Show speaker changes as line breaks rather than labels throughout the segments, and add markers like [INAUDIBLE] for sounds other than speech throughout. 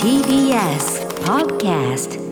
TBS Podcast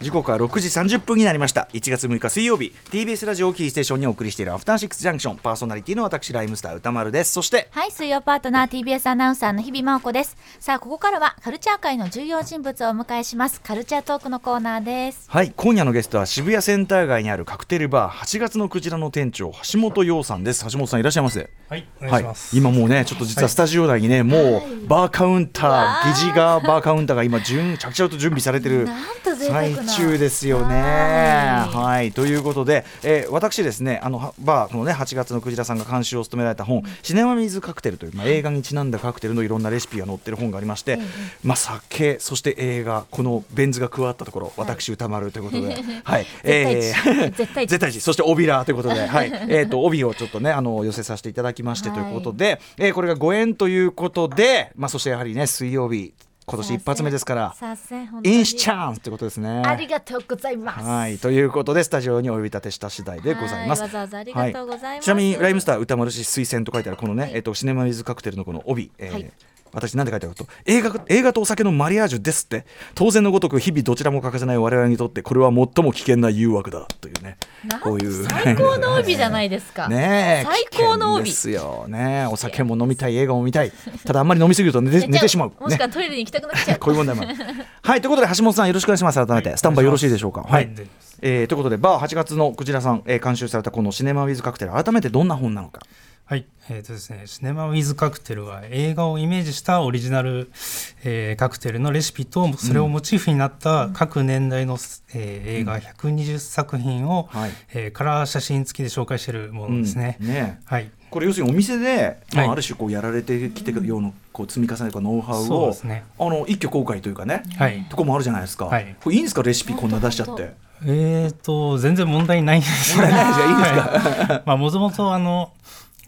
時刻は6時30分になりました1月6日水曜日 TBS ラジオをキーステーションにお送りしているアフターシックスジャンクションパーソナリティの私ライムスター歌丸ですそして
はい、水曜パートナー TBS アナウンサーの日々真央子です。さあ、ここからはカルチャー界の重要人物をお迎えします。カルチャートークのコーナーです。
はい今夜のゲストは渋谷センター街にあるカクテルバー8月のクジラの店長橋本洋さんです橋本さんいらっしゃいませ
はい、お願いします。
今もうねちょっと実はスタジオ内にね、もうバーカウンター疑似がバーカウンターが今準着々と準備されてる
なんと贅沢
最
な
中ですよね。
は
はい
い
ということで、えー私ですねあのはバーこのね8月のクジラさんが監修を務められた本「シネマミズカクテル」という、まあ、映画にちなんだカクテルのいろんなレシピが載ってる本がありまして、まあ、酒そして映画このベン図が加わったところ私歌丸ということ
[LAUGHS]
で、はいえー
絶対値
絶対値そして帯らということで、
[LAUGHS]
はいえー、と帯をちょっとねあの寄せさせていただきましてということで、えーこれがご縁ということで、まあ、そしてやはりね水曜日今年一発目ですから。
さすが本当に
インシチャンスってことですね。
ありがとうございます。
はい、ということでスタジオにお呼び立てした次第でございます。
はいわざわざありがとうございます
はちなみにライムスター歌丸氏推薦と書いてあるこのね、えっとシネマウィズカクテルのこの帯。えー
はい
私なんて書いてあるかと映画映画とお酒のマリアージュですって当然のごとく日々どちらも欠かせない我々にとってこれは最も危険な誘惑だというね
なん
こういう
最高の帯じゃないです
[LAUGHS]
か。
ねえ
最高の帯
危険ですよねお酒も飲みたい映画も見たいただあんまり飲みすぎると寝て寝てしまう、ね、
もしくはトイレに行きたくな
[LAUGHS]
っちゃう。
こういう問題もある。はい、ということで、橋本さん、よろしくお願いします。改めて、
はい
スタンバイよろしいでしょうか。
お願
はい
し
い
ますはい。
えーということで、バー8月のクジラさん、えー監修されたこのシネマウィズカクテル、改めてどんな本なのか。
はい、えっ、とですね、シネマウィズカクテルは映画をイメージしたオリジナル、えーカクテルのレシピとそれをモチーフになった各年代の、えー映画120作品を、
はい
えーカラー写真付きで紹介しているものですね。
うんねえ
はい。
これ要するにお店で、ま
は
あ、
い
ある種こうやられてきてるようなこう積み重ねとかノウハウ
そう
を、
ですね
あの一挙公開というかね、
はい
とこもあるじゃないですか、
はい
これいいんですかレシピこんな出しちゃって
えー、と全然問題ないんです問題ないじゃいいですか。まあもともとあの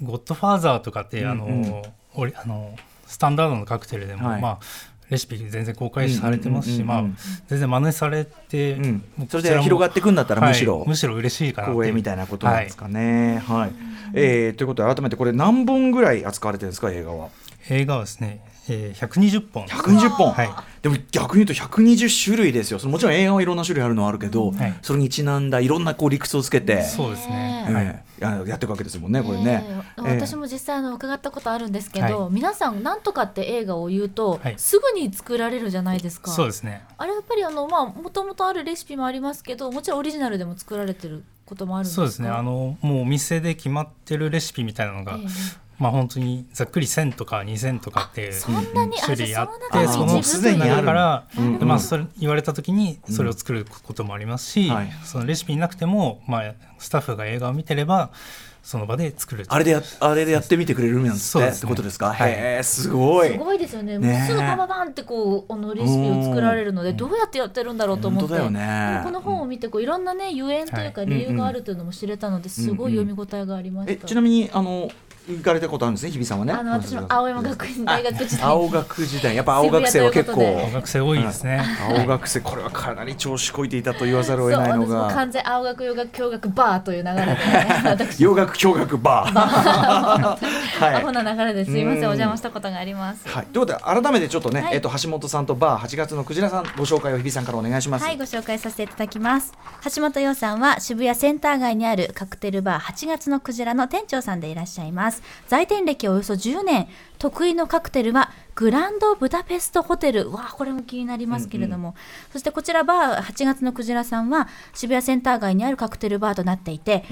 ゴッドファーザーとかって、あ
うんうん
のおりあのスタンダードのカクテルでも、
はい
まあレシピ全然公開されてますし、
うんうんうんうん
まあ全然真似されて、
うん
もう
それ
こちら
で
も
広がっていくんだったら
はい
むしろ
むしろ嬉しいかなってう
光栄みたいなことなんですかね。はいえーということで改めてこれ何本ぐらい扱われてるんですか映画は。
はい映画はですね、えー、120本
120本、
はい
でも逆に言うと120種類ですよそのもちろん映画はいろんな種類あるのはあるけど、
はい
それにちなんだいろんなこう理屈をつけて、
そうですね
え。
はい
えややっていくわけですもんねこれね。
え
ええ
ー私も実際あの伺ったことあるんですけど、
は
皆さんなんとかって映画を言うと、
はい
すぐに作られるじゃないですか
そうですね。
あれやっぱりあのまあもともとあるレシピもありますけどもちろんオリジナルでも作られてることもあるんですか
そうですね。あのもうお店で決まってるレシピみたいなのが、
ええ
まあ本当にざっくり1000とか2000とかって
そんなに、
種類あって
あも
その
うすでにある
から、
うん
まあ、それ言われた時にそれを作ることもありますし、
はい
そのレシピなくても、まあ、スタッフが映画を見てればその場で作る
あれでやあれでやってみてくれるみたいなんです
そう
ね
で
っ
すね
てことですか、
はい
へえすごい
すごいですよね。
ねえ
もうすぐパパパンってこうあのレシピを作られるのでどうやってやってるんだろうと思って、
本当だよね
この本を見てこういろんなねゆえんというか
はい
理由があるというのも知れたのですごい読み応えがありました。
えちなみにあの行かれたことあるんですね日比さんはね。
あの私も青山学院大学時代
青学時代やっぱ青学生は結
渋谷と
構
いうこ
青学生多いですね、
青学生これはかなり調子こいていたと言わざる
そ
を
う
得ないの
私も
が
完全青学洋学共学バーという流れ
[LAUGHS]
でね私
洋楽共学バー。 [LAUGHS] は
アホな流れですいま
うん
せんお邪魔したことがあります。
はい、ということで改めてちょっとね、
はい
えっと橋本さんとバー8月のクジラさんご紹介を日比さんからお願いします。
はい、ご紹介させていただきます。橋本洋さんは渋谷センター街にあるカクテルバー8月のクジラの店長さんでいらっしゃいます。在店歴およそ10年、得意のカクテルはグランドブダペストホテル。わあ、これも気になりますけれども。そしてこちらバー8月のクジラさんは渋谷センター街にあるカクテルバーとなっていて、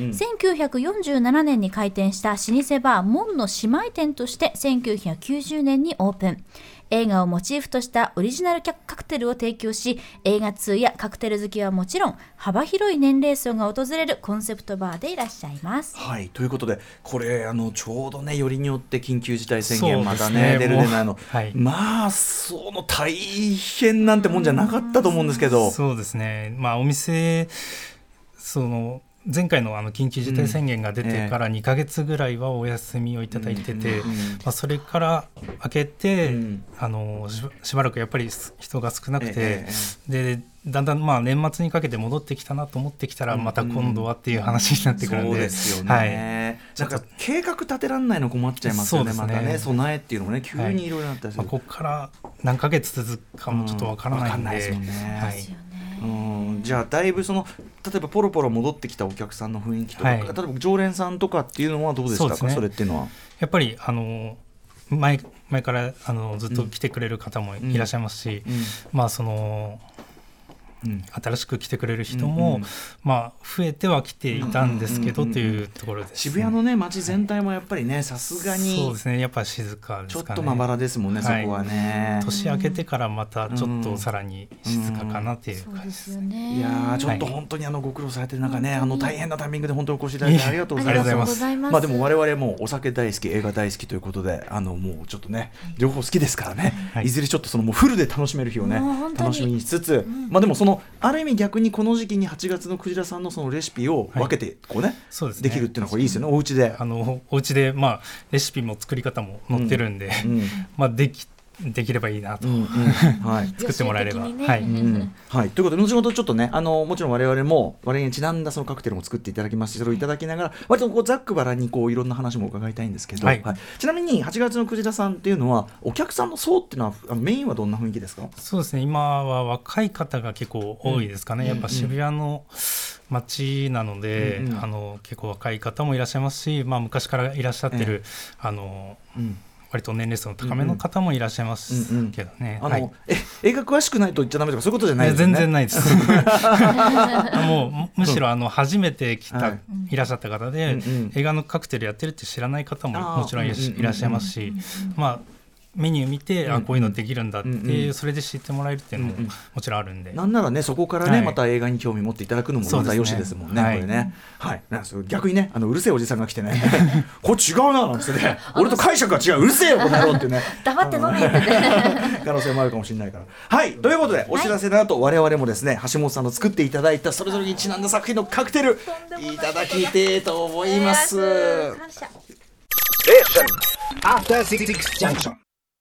1947年に開店した老舗バー門の姉妹店として1990年にオープン。映画をモチーフとしたオリジナルカクテルを提供し映画通やカクテル好きはもちろん幅広い年齢層が訪れるコンセプトバーでいらっしゃいます。
はいということでこれあのちょうどねよりによって緊急事態宣言
そう
ま
です
た
ね
ね出る
もう
出ないの、
はい
まあその大変なんてもんじゃなかったと思うんですけど
そうですねまあお店その前回のあの緊急事態宣言が出てから2か月ぐらいはお休みをいただいてて、
うんうん
まあ、それから明け
う
て、
ん
あのしばしばらくやっぱりす人が少なくて、
え
でだんだんまあ年末にかけて戻ってきたなと思ってきたらまた今度はっていう話になってくるんで,、
そうですよね、
はい、
なんか計画立てらんないの困っちゃいますよね
そ
ま
うですね
たね備えっていうのもね急
はい
にいろいろなったりす
まあ、
る、
ここから何ヶ月続くかもちょっとわからな
うんわ
いん
かんない
で,、
ですもんね
はい
ですよね
うんじゃあだいぶその例えばポロポロ戻ってきたお客さんの雰囲気とか、
はい
例えば常連さんとかっていうのはどうでしたか
そう
そ,、
ですね
れっていうのは。
やっぱりあの前前からあのずっと来てくれる方もいらっしゃいますし、まあその
うん
新しく来てくれる人
うん
も、
うん
まあ、増えては来ていたんですけど
うんうん
と
うんうん
いうところです、
渋谷のね街全体もやっぱりねさすが
そう
に
ですねやっぱ静かで
ちょ
す
っ
かね
とまばらですもんね、
はい
そこはね。
年明けてからまたちょっとさらに静かかなっていう
そう
感じ
で
ですす、
よね
いやーちょっと
はい
本当にあのご苦労されてる中ね、
うん
あの大変なタイミングで本当にお越しいただいて
いえ
ありがとうご
あ
ざ
り
い
が
ま
とう。ご
す
ありがとうご
ざ
ざ
います
まあでも我々もお酒大好き映画大好きということであのもうちょっとね両方好きですからね、
はい
い、ずれちょっとそのもうフルで楽しめる日をね
もう本当に
楽しみにしつつ、
ん
まあでもそのある意味逆にこの時期に8月のクジラさんのそのレシピを分けてこうね,、
そうです
で
ね
きるっていうのはこれいいですよねお家で
あ。のお家でまあレシピも作り方も載ってるんで、
うん
まあできできればいいなと、 [LAUGHS]
うんうんはい
作ってもらえれば
予習的にね
はい
うん
はい、ということで後ほどちょっとねあのもちろん我々も我々にちなんだそのカクテルも作っていただきますしそれをいただきながら割とこうざっくばらんにこういろんな話も伺いたいんですけど、
はい
ちなみに8月のクジラさんっていうのはお客さんの層っていうのはあのメインはどんな雰囲気ですか
そうですね今は若い方が結構多いですかね、やっぱ渋谷の街なので、
うんうん
あの結構若い方もいらっしゃいますし、まあ、昔からいらっしゃってる、あの
うん
割と年齢層の高めの方もいらっしゃいます
うんうん
けどね、
あの
はい
え映画詳しくないと言っちゃダメとかそういうことじゃないで
いや
すよね
全然ないです
[LAUGHS]
もうむむしろあの初めて来た、
はい
い、らっしゃった方で、
うんうん
映画のカクテルやってるって知らない方も
あー
もちろんいらっし,、
うんうんうん
いらっしゃいますし、まあメニュー見て、
うんう
あ
ん
こういうのできるんだって、
うんうん
それで知ってもらえるっていうのも
うんうん
もちろんあるんで、
なんならねそこからね、
はい
また映画に興味持っていただくのも
そう
ま
です
た
ね
よしですもんね
はい
これね、はい、なんかそう逆にねあのうるせえおじさんが来て
[LAUGHS]
ねこれ違うななんつってね俺と解釈が違ううるせえよこの野郎ってね
黙って飲めってね
[LAUGHS] 可能性もあるかもしれないから。はい、ということで、お知らせの後、我々もですね、橋本さんの作っていただいた、それぞれにちなんだ作品のカクテル、いただきてえと思います。
[LAUGHS]
感謝
After Six Junction.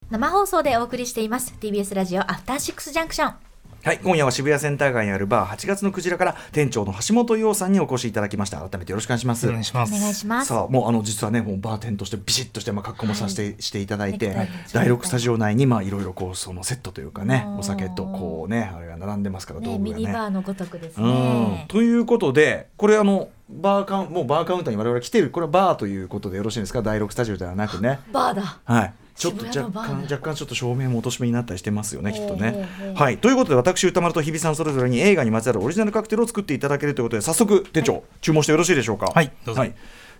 生放送でお送りしています TBS ラジオアフターシックスジャンクション
はい、今夜は渋谷センター街にあるバー8月のクジラから、店長の橋本洋さんにお越しいただきました。改めてよろしくお願いします。
お願いしま
お
す。
願いします
さあもうあの実はねもうバーテンとしてビシッとしてまあ格好もさせて、していただいて、
はい
第6スタジオ内にまあいろいろこうそのセットというかね
うん
お酒とこうねあれが並んでますから
ね
道具
ミ
が
ニ
ね
バーのごとくです
うん
ね
ということでこれあのバーカウンもうバーカウンターに我々来てるこれはバーということでよろしいんですか第6スタジオではなくね
バーだ
はいちょっと
渋谷の
若
バーだ
干若干ちょっと照明も落とし目になったりしてますよねきっと
え
ね
えええ
はいということで私歌丸と日比さんそれぞれに映画にまつわるオリジナルカクテルを作っていただけるということで早速店長、注文してよろしいでしょうか
はいどうぞ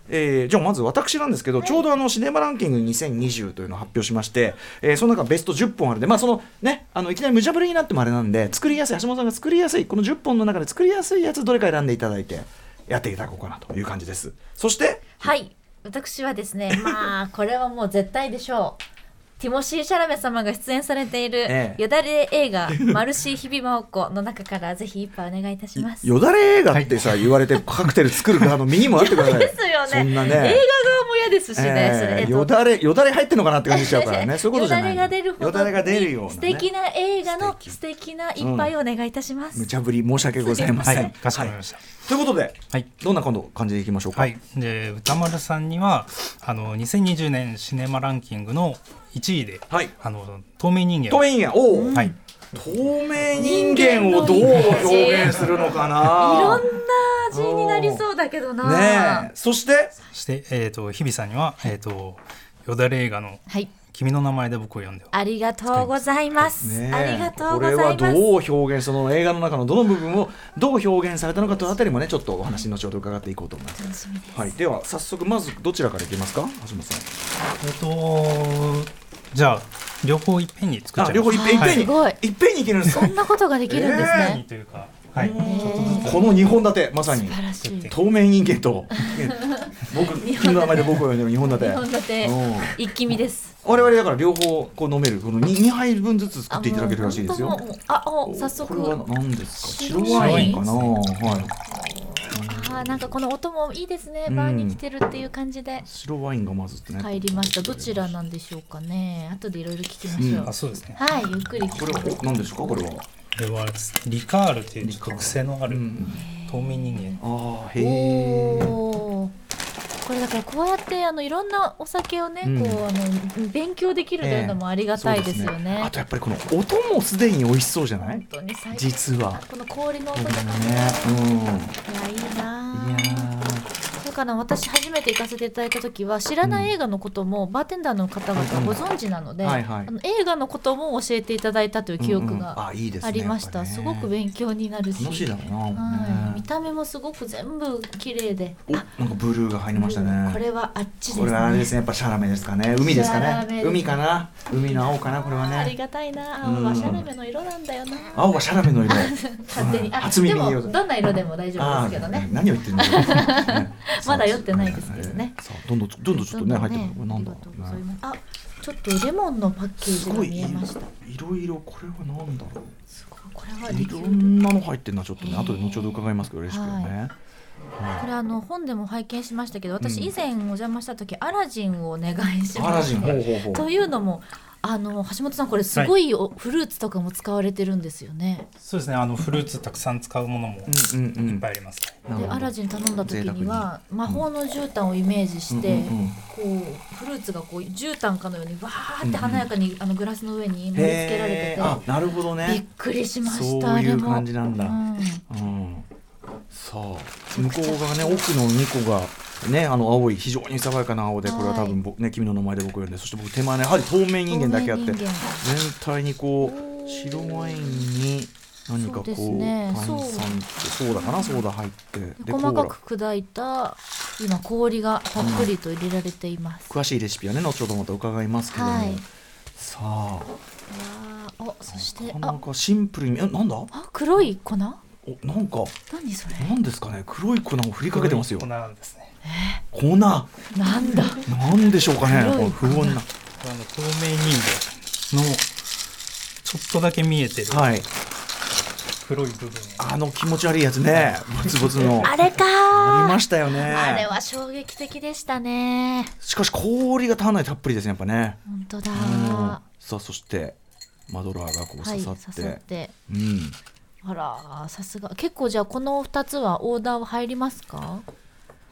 えーじゃあまず私なんですけど、ちょうどあのシネマランキング2020というのを発表しまして、えーその中ベスト10本あるんで、まあそのね、あのいきなり無茶ぶりになってもあれなんで作りやすい橋本さんが作りやすいこの10本の中で作りやすいやつどれか選んでいただいてやっていただこうかなという感じですそして
はい私はです
[LAUGHS]
ねまあこれはもう絶対でしょうティモシー・シャラメ様が出演されてい
え
る
え
よだれ映画「マルシー・日々真央子」の中からぜひ一杯お願いいたします
よだれ映画ってさ、言われてカクテル作る側の身にもなってください
[LAUGHS] ですよね
そんな
映
ね
画側も嫌ですしね、それ
えーよだれよだれ入ってんのかなって感じしちゃうからねそういうこと
よ
じゃ
だ
な
れ
い
が出るほど
よだれが出るような、ね、
素敵な映画の
素敵
素敵な一杯をお願いいたします、
無茶ぶり申し訳ございません、
はい、かしこまりました。
ということで、
はい
どんな今度感じでいきましょうか、
はい、で歌丸さんにはあの2020年シネマランキングの1位で、
はい
あの透明人間
透明人間おお、
はい、
透明人間をどう表現するのかな
いろんな味になりそうだけどな、
ねえそして
そして、えー、と日比さんには、えー、とよだれ映画の
はい
「君の名前で僕を呼んでよ」
ありがとうございます、
ねえ
ありがとう
こ
ござ
れ
いま
は
す
ど
[LAUGHS]
う表現その映画の中のどの部分をどう表現されたのかというあたりもねちょっとお話後ほど伺っていこうと思います
楽しみです
はい、では早速まずどちらからいきますか橋本さん
えっとじゃあ両方いっぺんに作っちゃ
あ
います
両方いっぺんいっ
は
ぺんに、
すごい
いっぺんにいけるんですか
こんなことができるんです
いっぺん
ね
に、というか、はい、
この2本立てまさに
素晴らしい
透明人間と僕君の名前で僕を呼んでる2本立て
日本立て
うん
一気見です
我々だから両方こう飲めるこの 2, 杯分ずつ作っていただけるらしいです
あ
よ
もう本当もうあお
お
早
これは
速
何ですか白
白
ワ
ワ
イ
イ
ン
ン
かなはい
あーなんかこの音もいいですね。バーに来てるっていう感じで。
白ワインがまずね、
帰りました。どちらなんでしょうかね。後でいろいろ聞きましょう。
あそうですね
はい、ゆっくり聞
これ
きま
は
しょう。
お何ですかこれは
これはリカールというちょっと癖のある透明人間
ああへえ
おーこれだからこうやってあのいろんなお酒をね、
うん
こうあの勉強できるというのもありがたいですよね。
あとやっぱりこの音もすでに美味しそうじゃな
本
い
当に最高
実は
この氷の音
そう
とか
だ
ね
ねうんいや
いやいいなぁ
ー
だから私初めて行かせていただいた時は知らない映画のこともバーテンダーの方々はご存知なので、
うんはいはい
あの映画のことも教えていただいたという記憶
うんうん
が
あいいですね
ありました、
やっぱ
す
り
ご
ね
く勉強になるし
楽しいだろうな
はい、見
ね
た目もすごく全部綺麗で
おなんかブルーが入りましたね
これはあっちです
これはあれですねやっぱシャラメですかね海ですか
シャラメで
ね
す
海かな海の青かなこれは
あり
ね
がたいな青はシャラメの色なんだよな
青はシャラメの色
勝手にあ
初
で
耳に
も
言う
どんな色でも大丈夫ですけどね
何を言ってるんだろ
[LAUGHS]
うね
まだ酔ってないですけどね
さあどんどんどんどんちょっとね入ってくるこれ
ど
な
ど
ん
ね
だ
あ
ろう
りがとうござい
ね
ますあちょっとレモンのパッケー
す
ジが
ごい
見えました
いろいろこれはなんだろう
すごいこれはいリキ
ろ
ュール
んなの入ってるなちょっとね後で後ほど伺いますけどレシピはね
これあの本でも拝見しましたけど私
うん
以前お邪魔した時、アラジンをお願いし
ア
ま
ラジ
し
ン
た
ほうほうほう
というのもあの橋本さんこれすごいお、フルーツとかも使われてるんですよね
そうですねあのフルーツたくさん使うものもいっ
うんうんうん
ぱいありますね
なる
で
ほど
アラジン頼んだ時に
贅沢
は魔法の絨毯をイメージして、
うんうん
こうフルーツがこう絨毯かのようにわーって華やかに、あのグラスの上に盛り付けられて
へーあ
て
なるほど
びっ
ね
くりしました
そういう
あれも
感じなんだ
うん
うんさあ向こう側ね奥の2個がねあの青い非常に爽やかな青でこれは多分僕ね君の名前で僕呼んでそして僕手前ねやはり透明人間だけあって
透明
全
人間
体にこう白ワインに何かこう
そうですね
炭酸ってソーダかなソーダ入ってでコ
細
ー
か
ラ
く砕いた今氷がたっぷりと入れられています、
詳しいレシピはね後ほどまた伺いますけども、
はい
さあ
わーおそして
なかな
あ
かシンプルにえなんだお
あ黒い粉何
なんか
それ
なんですかね黒い粉を振りかけてますよ
こんなのですね
粉な
なんだ
んでしょうかね
黒い
この不穏な
あの透明人形のちょっとだけ見えてる
はい
黒い部分
あの気持ち悪いやつ
[LAUGHS]
ねボツボツの
あれか
あり
ー
ましたよね
あれは衝撃的でしたね
しかし氷が足らないたっぷりですねやっぱね
本当
う
だ
ん
ー
さあそしてマドラーがこう
は
刺
い
さ
刺
って,、
さって
うん
あらーさすが結構じゃあこの2つはオーダーは入りますか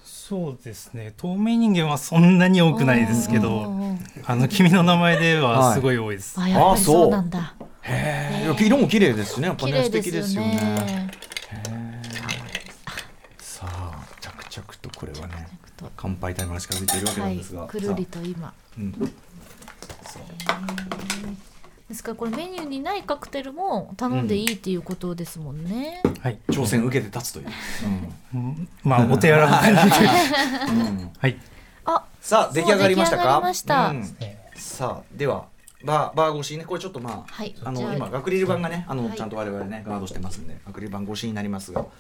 そうですね透明人間はそんなに多くないですけ
おー
ど
おーおー
あの君の名前で
は
はいすごい多いです、
あやっぱり
そう
そうなんだ
へえ色も綺麗ですしねやっぱ
綺
ね
麗
素
で
敵
す
で
よ
すよね
ね
さあ着々とこれはね
着々と
乾杯タイムが近づいているわけな
は
ん
い
ですが、
くるりと
さ
今
あうん
ですからこれメニューにないカクテルも頼んでいいっていうことですもんね、
はい
挑戦受けて立つという、うん
うんまあお手柔らかいはい
あ
さあ出来上がりましたか
そう出来上がりました
うんさあではバーバー越しにねこれちょっとまあ、
はい
あ
じゃ
の
あ
今アクリル板がねあの、
はい
ちゃんと我々ねガードしてますんでアクリル板越しになりますが
君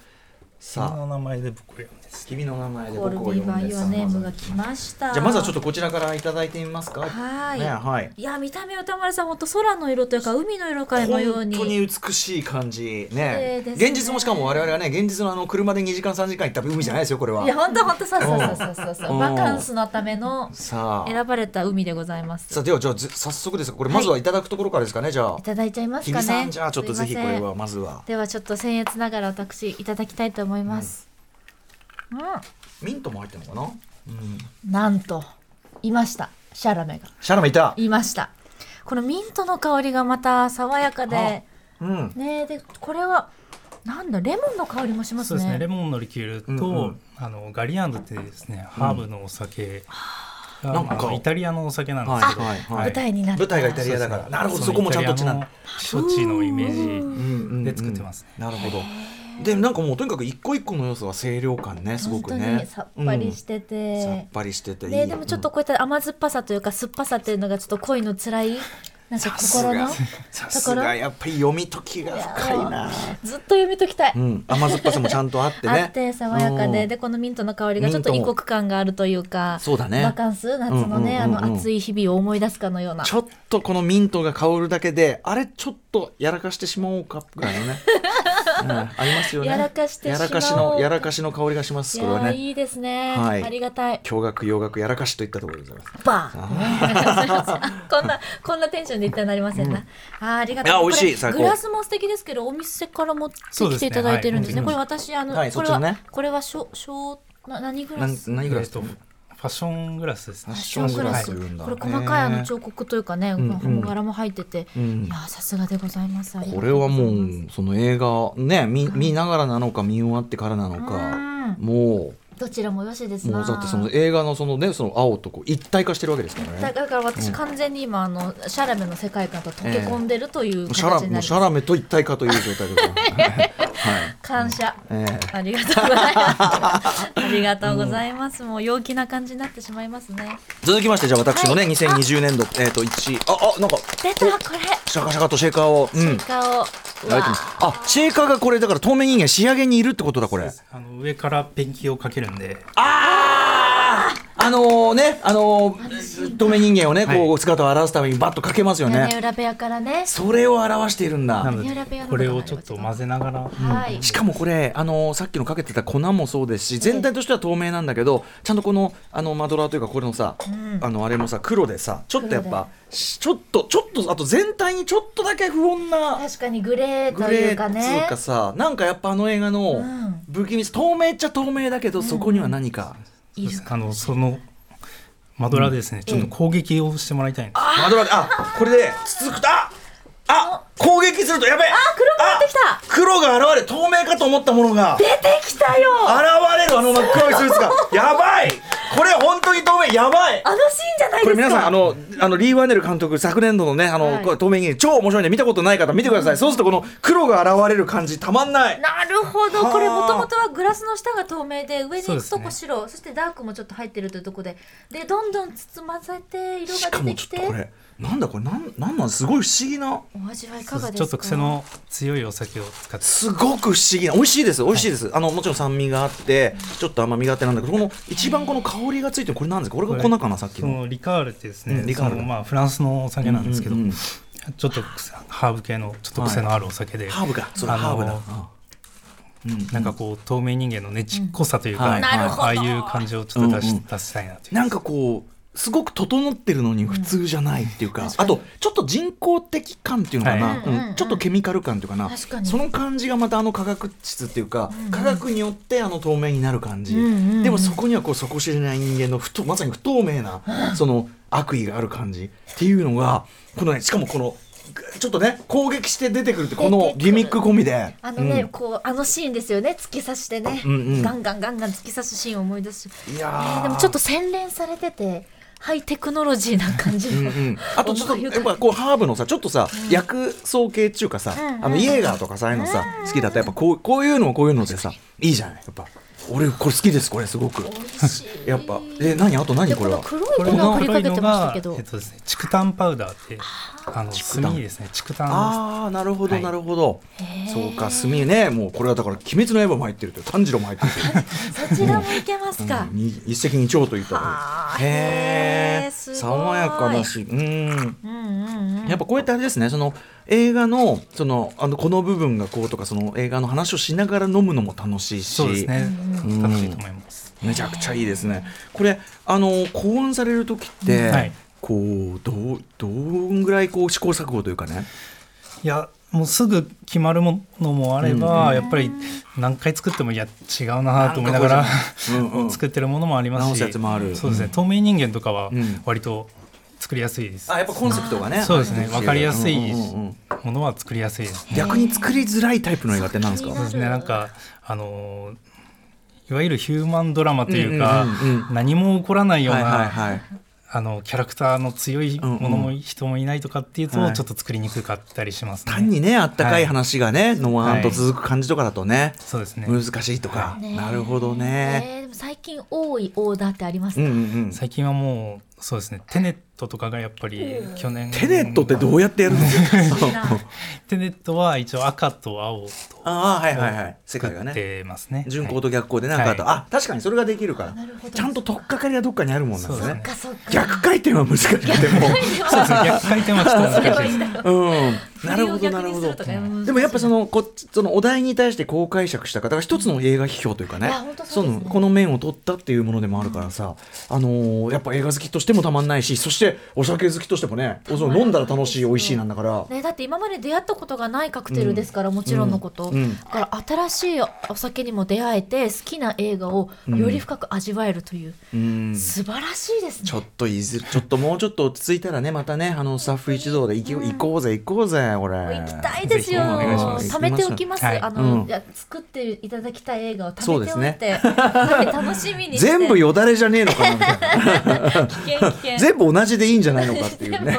さあ
の名前で僕を呼んです
君の名前で
コール
僕を呼
ビーバ
ん
ー
で
ユ
さ
ア
あ
ネー
ま
ム
ず
が来ました
じゃあまずはちょっとこちらからいただいてみますか
はーい
ねはい
いや見た目は歌丸さんほんと空の色というか海の色かのよう
本
に
当に美しい感じ
麗
ね
ですね
現実もしかも我々はね現実のあの車で2時間3時間行った海じゃないですよこれはい
やほんとほんとそうそうそうそうそう
うん
バカンスのための
さあ
選ばれた海でございます
さあではじゃあず早速ですがこれまずはいただくところからですかね、じゃあ
いただいちゃいます
君
か
さ
ね
んじゃあちょっとぜひ
す
こ
いません
れはまずは
ではちょっと僭越ながら私いただきたいと思います、う
ミントも入ってるのかな、うん、
ん、なんといましたシャラメが
シャラメいた
いましたこのミントの香りがまた爽やかで
うん
ねでこれはなんだレモンの香りもします
そうですねレ
ね
モンのリキュールと、
うんうん
あのガリアンドってですね、ハーブのお酒が
なんか
あのイタリアのお酒なんですけど、
はいはいはい
舞台になった
舞台がイタリアだからなるほどそこもちゃんとちなん
処置のイメー
うんうんうん
で作ってますね
なるほどでなんかもうとにかく一個一個の要素が清涼感ねすご
本
く
当
ね
にさっぱりして
うんさ
て
っ、ぱりしてていい
ねでもちょっとこういった甘酸っぱさというか酸っぱさっていうのがちょっと恋の辛いなんか
さす
心
が
の
さすがやっぱり読み解きが深いな
ずっと読み解きたい、
うん甘酸っぱさもちゃんとあってね
あって爽やかで、
うん
でこのミントの香りがちょっと
ミ
異
ントも
国感があるというか
そうだね
バカンス夏のね、
うんうんうんうん
あの暑い日々を思い出すかのような
ちょっ
[LAUGHS]
とこのミントが香るだけであれちょっとやらかしてしまおうかぐらいのねうんありますよね
やらかして
やらかし
しまお
の
う
やらかしの香りがします
い
これは
や
ね
いいですね、
はい
ありがたい
驚愕洋楽やらかしといったところでございます
バーン [LAUGHS] こんなこんなテンションで一体なりませんな、あーありがとう
いや美味しい
これ
最高
グラスも素敵ですけどお店から持って
そうで
き
すね
ていただいてるんですね
はい
これ私あの、
はい
これ
そ
は、
っちのね
これはしょしょうな何グラ
なん
ス
何ぐらい
え
で
っ
すか
とファッショングラスですね
ファッ
ショングラス
というんだ
これ細かいあの彫刻というかね、
んうん
柄も入ってて、
ん
いやーさすがでございますありがと
こ
う
れはもうその映画ね見見ながらなのか見終わってからなのかも
どちらもよしです
う
な
もうだってその映画のそのねその青とこう一体化してるわけですから
だ
ね
だから私完全に今あのシャラメの世界観と溶け込んでるという
シャラ
形に
も
な
う
り
シ
ま
ャ
す、
ラメと一体化という状態でござい
[LAUGHS]
ます、はい、
感謝、
ええ
ありがとうございます。ありがとうございます。もう陽気な感じになってしまいますね。
[LAUGHS] 続きましてじゃあ私のね、2020年度えっ、と1ああなんか
出た、これ。
シャカシャカとシェーカーを、うん、やられて
顔。
ますあシェーカーがこれだから透明人間仕上げにいるってことだこれ
あの上からペンキをかけるんで
あああのねあのー、透明人間をねこう姿を表すためにバッとかけますよね、
屋根裏部屋からね。
それを表しているんだ
なので
ラペアの
これをちょっと混ぜながら
はい。
しかもこれ、あのさっきのかけてた粉もそうですし全体としては透明なんだけどちゃんとこのあのマドラーというかこれのさ、あのあれもさ黒でさちょっとやっ
黒
ぱしちょっとちょっとあと全体にちょっとだけ不穏な
確かにグレー
グ
と
レ
い
ー
うか
っつ
ね
う。かさなんかやっぱあの映画の
ん
不気味さ透明っちゃ透明だけどそこには何か、
いる
あのそのマドラーでですね、ちょっと攻撃をしてもらいたいんです、
マドラーであこれでつつくとああ攻撃するとやべえあ
黒くなってきた
黒が現れ透明かと思ったものが
出てきたよあ
現れるあの真っ黒いスーツがやばいこれ本当に透明やばい
のシーンじゃない
これ
です
皆さんあ
か
のあのリー・ワネル監督昨年度のねあの、
はい
これ透明人間超面白いんで見たことない方見てください、そうするとこの黒が現れる感じたまんない
なるほどこれ
はあ
もともとはグラスの下が透明で上に
そ
行
う
く
です
と
ね
こ白そ,、してダークもちょっと入ってるというとこででどんどん包ませて色
し
が
か
出て
も
き
ち
て
ょっとこれなんだこれなんなんなんすごい不思議な
お味はいかがですか
ちょっと癖の強いお酒を使って
すごく不思議な美味しいです美味しいです、あのもちろん酸味があってちょっと甘みがあってなんだけどこの一番この香りがついてるこれなんですかこれが粉かなさっき
そ
の
のリカールってですね、
うんリカール
そのまあフランスのお酒なんですけど、
うんうんうん
ちょっと癖ハーブ系のちょっと癖のあるお酒で、
ハーブかそれ
あの
ハーブだ、うん
なんかこう透明人間のねちっこさというか、
はい
なるほど
ああいう感じをちょっと出し,、
うんうん
出したいなという。
なんかこうすごく整ってるのに普通じゃないっていうか,、あとちょっと人工的感っていうのかな、
はい
うんちょっとケミカル感っていうかな
確かに
その感じがまたあの化学質っていうか、化学によってあの透明になる感じ、でもそこにはこう底知れない人間の不透まさに不透明な、その悪意がある感じっていうのがこのねしかもこのちょっとね攻撃して出てくるってこのギミック込みで。
あのね、
うん
こうあのシーンですよね突き刺してね、
うんうん
ガンガンガンガン突き刺すシーンを思い出す
いや
え
ー
ーでもちょっと洗練されててハイテクノロジーな感じの、
[LAUGHS] あとちょっと
思い浮
やっ
かべ
ぱこうハーブのさちょっとさ、薬草系っていうかさ、あのイエーガーとかさああいうのさ、好きだとやっぱこうこういうのもこういうのでさいいじゃないやっぱ俺これ好きですこれすごく
美味しい
やっぱえ何あと何
で
こ
こ
れ
の
は
黒い
これ
粉を振りかけてました
が、
けど
えっとですね、竹炭パウダーって、あの炭ですね、竹炭
ああなるほど
はい
なるほど、そうか炭ねもうこれはだから「鬼滅の刃」も入ってるという炭治郎も入ってるという
そちらもいけますか、
うん
[LAUGHS]
に一石二鳥といったとこ
はあ
ろ
へ
へ
ー
え
すごい
爽やかだしうん
うん、うんうん
やっぱこうやってあれですねその映画のそのあのこの部分がこうとかその映画の話をしながら飲むのも楽しいし
そうですね、
ん
楽しいと思います。
めちゃくちゃいいですねこれあの考案される時って、
はい
こうどうどんぐらいこう試行錯誤というかね
いやもうすぐ決まるものもあれば、やっぱり何回作ってもいや違うなと思いながら
なんかこうじゃんうんうん
作ってるものもあります
直
し
すやつもある
そうですね透明人間とかは
うん
割と作りやすいです、
あやっぱコンセプトがね
そうですね分かりやすい
うんうんうんうん
ものは作りやすいですね
逆に作りづらいタイプの映画って何ですか
そうですねなんかあのーいわゆるヒューマンドラマというか、
うんうんうんう
何も起こらないような、
はいはいはい
あのキャラクターの強いものも人もいないとかっていうと、
うんうん
ちょっと作りにくかったりしますね。
単にねあったかい話がね、のわーんと
はい
続く感じとかだとね、
そうですね
難しいとか、
ねえ
なるほどね、
えーでも最近多いオーダーってあります
う
か、
んうんうん
最近はもうそうですねテネットとかがやっぱり去年
テネットってどうやってやるの
テネットは一応赤と青と
[LAUGHS] ああはいはいはい世
作
界がね
ってますね
順
は
光
い
と逆光でなんかあった、
はい
あ確かにそれができるから
るほど
ちゃんと取っかかりがどっかにあるもんなんです
そう
ね
ですね
そっかそっか
逆回転は難しくても
そうですね逆回転はちょっと難しいです
[LAUGHS]
うん
振りを逆にするとかうん
でもやっぱそのこっちそのお題に対してこう解釈した方が一つの映画批評というかね,、
いや本当そうですね
のこの面を取ったっていうものでもあるからさ、あのーやっぱ映画好きとしてもたまんないしそしてお酒好きとしてもねおその飲んだら楽しい美味しいなんだから、
ね、だって今まで出会ったことがないカクテルですから、もちろんのこと、
うん
だから新しいお酒にも出会えて好きな映画をより深く味わえるという、
うん
素晴らしいですね
ちょっとい
[LAUGHS]
ずちょっともうちょっと落ち着いたらねまたねあのスタッフ一同で行き、行こうぜ行こうぜ俺
行きたいですよ
ぜひお願いします
貯めておきます、
はい
あの、
うん
いや作っていただきたい映画を貯
そう
め
で
て
す
おい
ね
て、なんか楽しみにして
全部よだれじゃねえのかなみたい
[LAUGHS]
な
危険危険
全部同じでいいんじゃないのかっていうね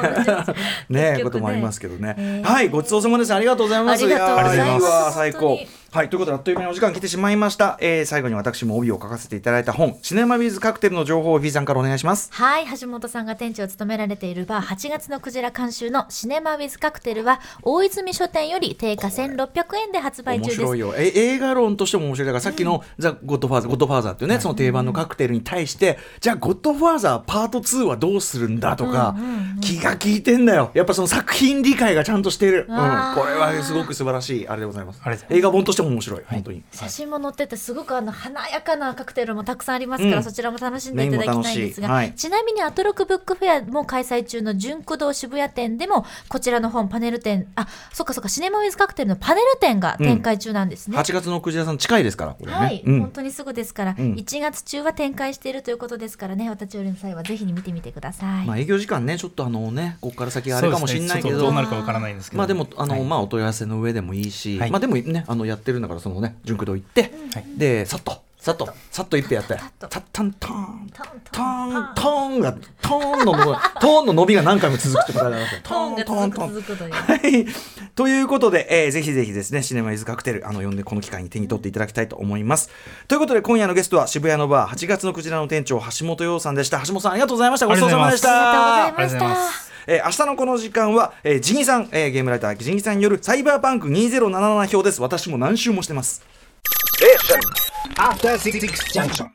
ね
[LAUGHS] 結局ね
こともありますけどね、
ー
はいごちそうさまですありがとうございます
ありがとうございます
やーわー最高
本当に
はいということであっという間にお時間来てしまいました、えー最後に私も帯を書かせていただいた本シネマビーズカクテルの情報を B さんからお願いします
はい橋本さんが店長を務められているバー8月のクジラ監修のシネマウィズカクテルは大泉書店より定価1600円で発売
面
中です
白いよえ映画論としても面白いだからさっきの「ザ・ゴッドファーザー」「ゴッドファーザー」っていうね、その定番のカクテルに対してじゃあ「ゴッドファーザーパート2」はどうするんだとか、気が利いてんだよやっぱその作品理解がちゃんとしてる、うん、これ
わー
はすごく素晴らしいあれでございます
ありがとうございます
映画本としても面白い本当に、
写真も載っててすごくあの華やかなカクテルもたくさんありますから、
うん
そちらも楽しんでいただきたいんですが、
ねも楽しいはい
ちなみにアトロクブックフェアも開催中の純駆動渋谷店でもこちらの本パネル展あそっかそっかシネマウィズカクテルのパネル展が展開中なんですね。
8月のクジラさん近いですからこれね、
はい、
うん
本当にすぐですから、
うん
1月中は展開しているということですからね、お立ち寄りの際はぜひに見てみてください。
まあ、営業時間ねちょっとあのねここから [LAUGHS] 先があれかもしれないけ
そうですねちょ
ど
っとどうなるかわからないんですけど
まあでもあの、
はい
まあお問い合わせの上でもいいし、
はい
まあでもねあのやってるんだからそのね純駆動行って、
はい
でさっとさっとさっと一杯やって
と
タッタンターン
トン
ト
トン
ーントーンがトーンのもトーンの伸びが何回も続くってことなんですよ
トーンが
トーン
続
トーン
く続くという。
はい、ということで、えーぜひぜひですね、シネマイズカクテル、あの、読んでこの機会に手に取っていただきたいと思います。ということで、今夜のゲストは渋谷のバー、8月のクジラの店長、橋本洋さんでした。橋本さん、ありがとうございました。ごちそうさまでし
あ
た
りがとうございまし
ありがとうござい
た
ま。
えー明日のこの時間は、えージギさん、えーゲームライター、ジギさんによるサイバーパンク2077表です。私も何周もしてます。
After Six Junction.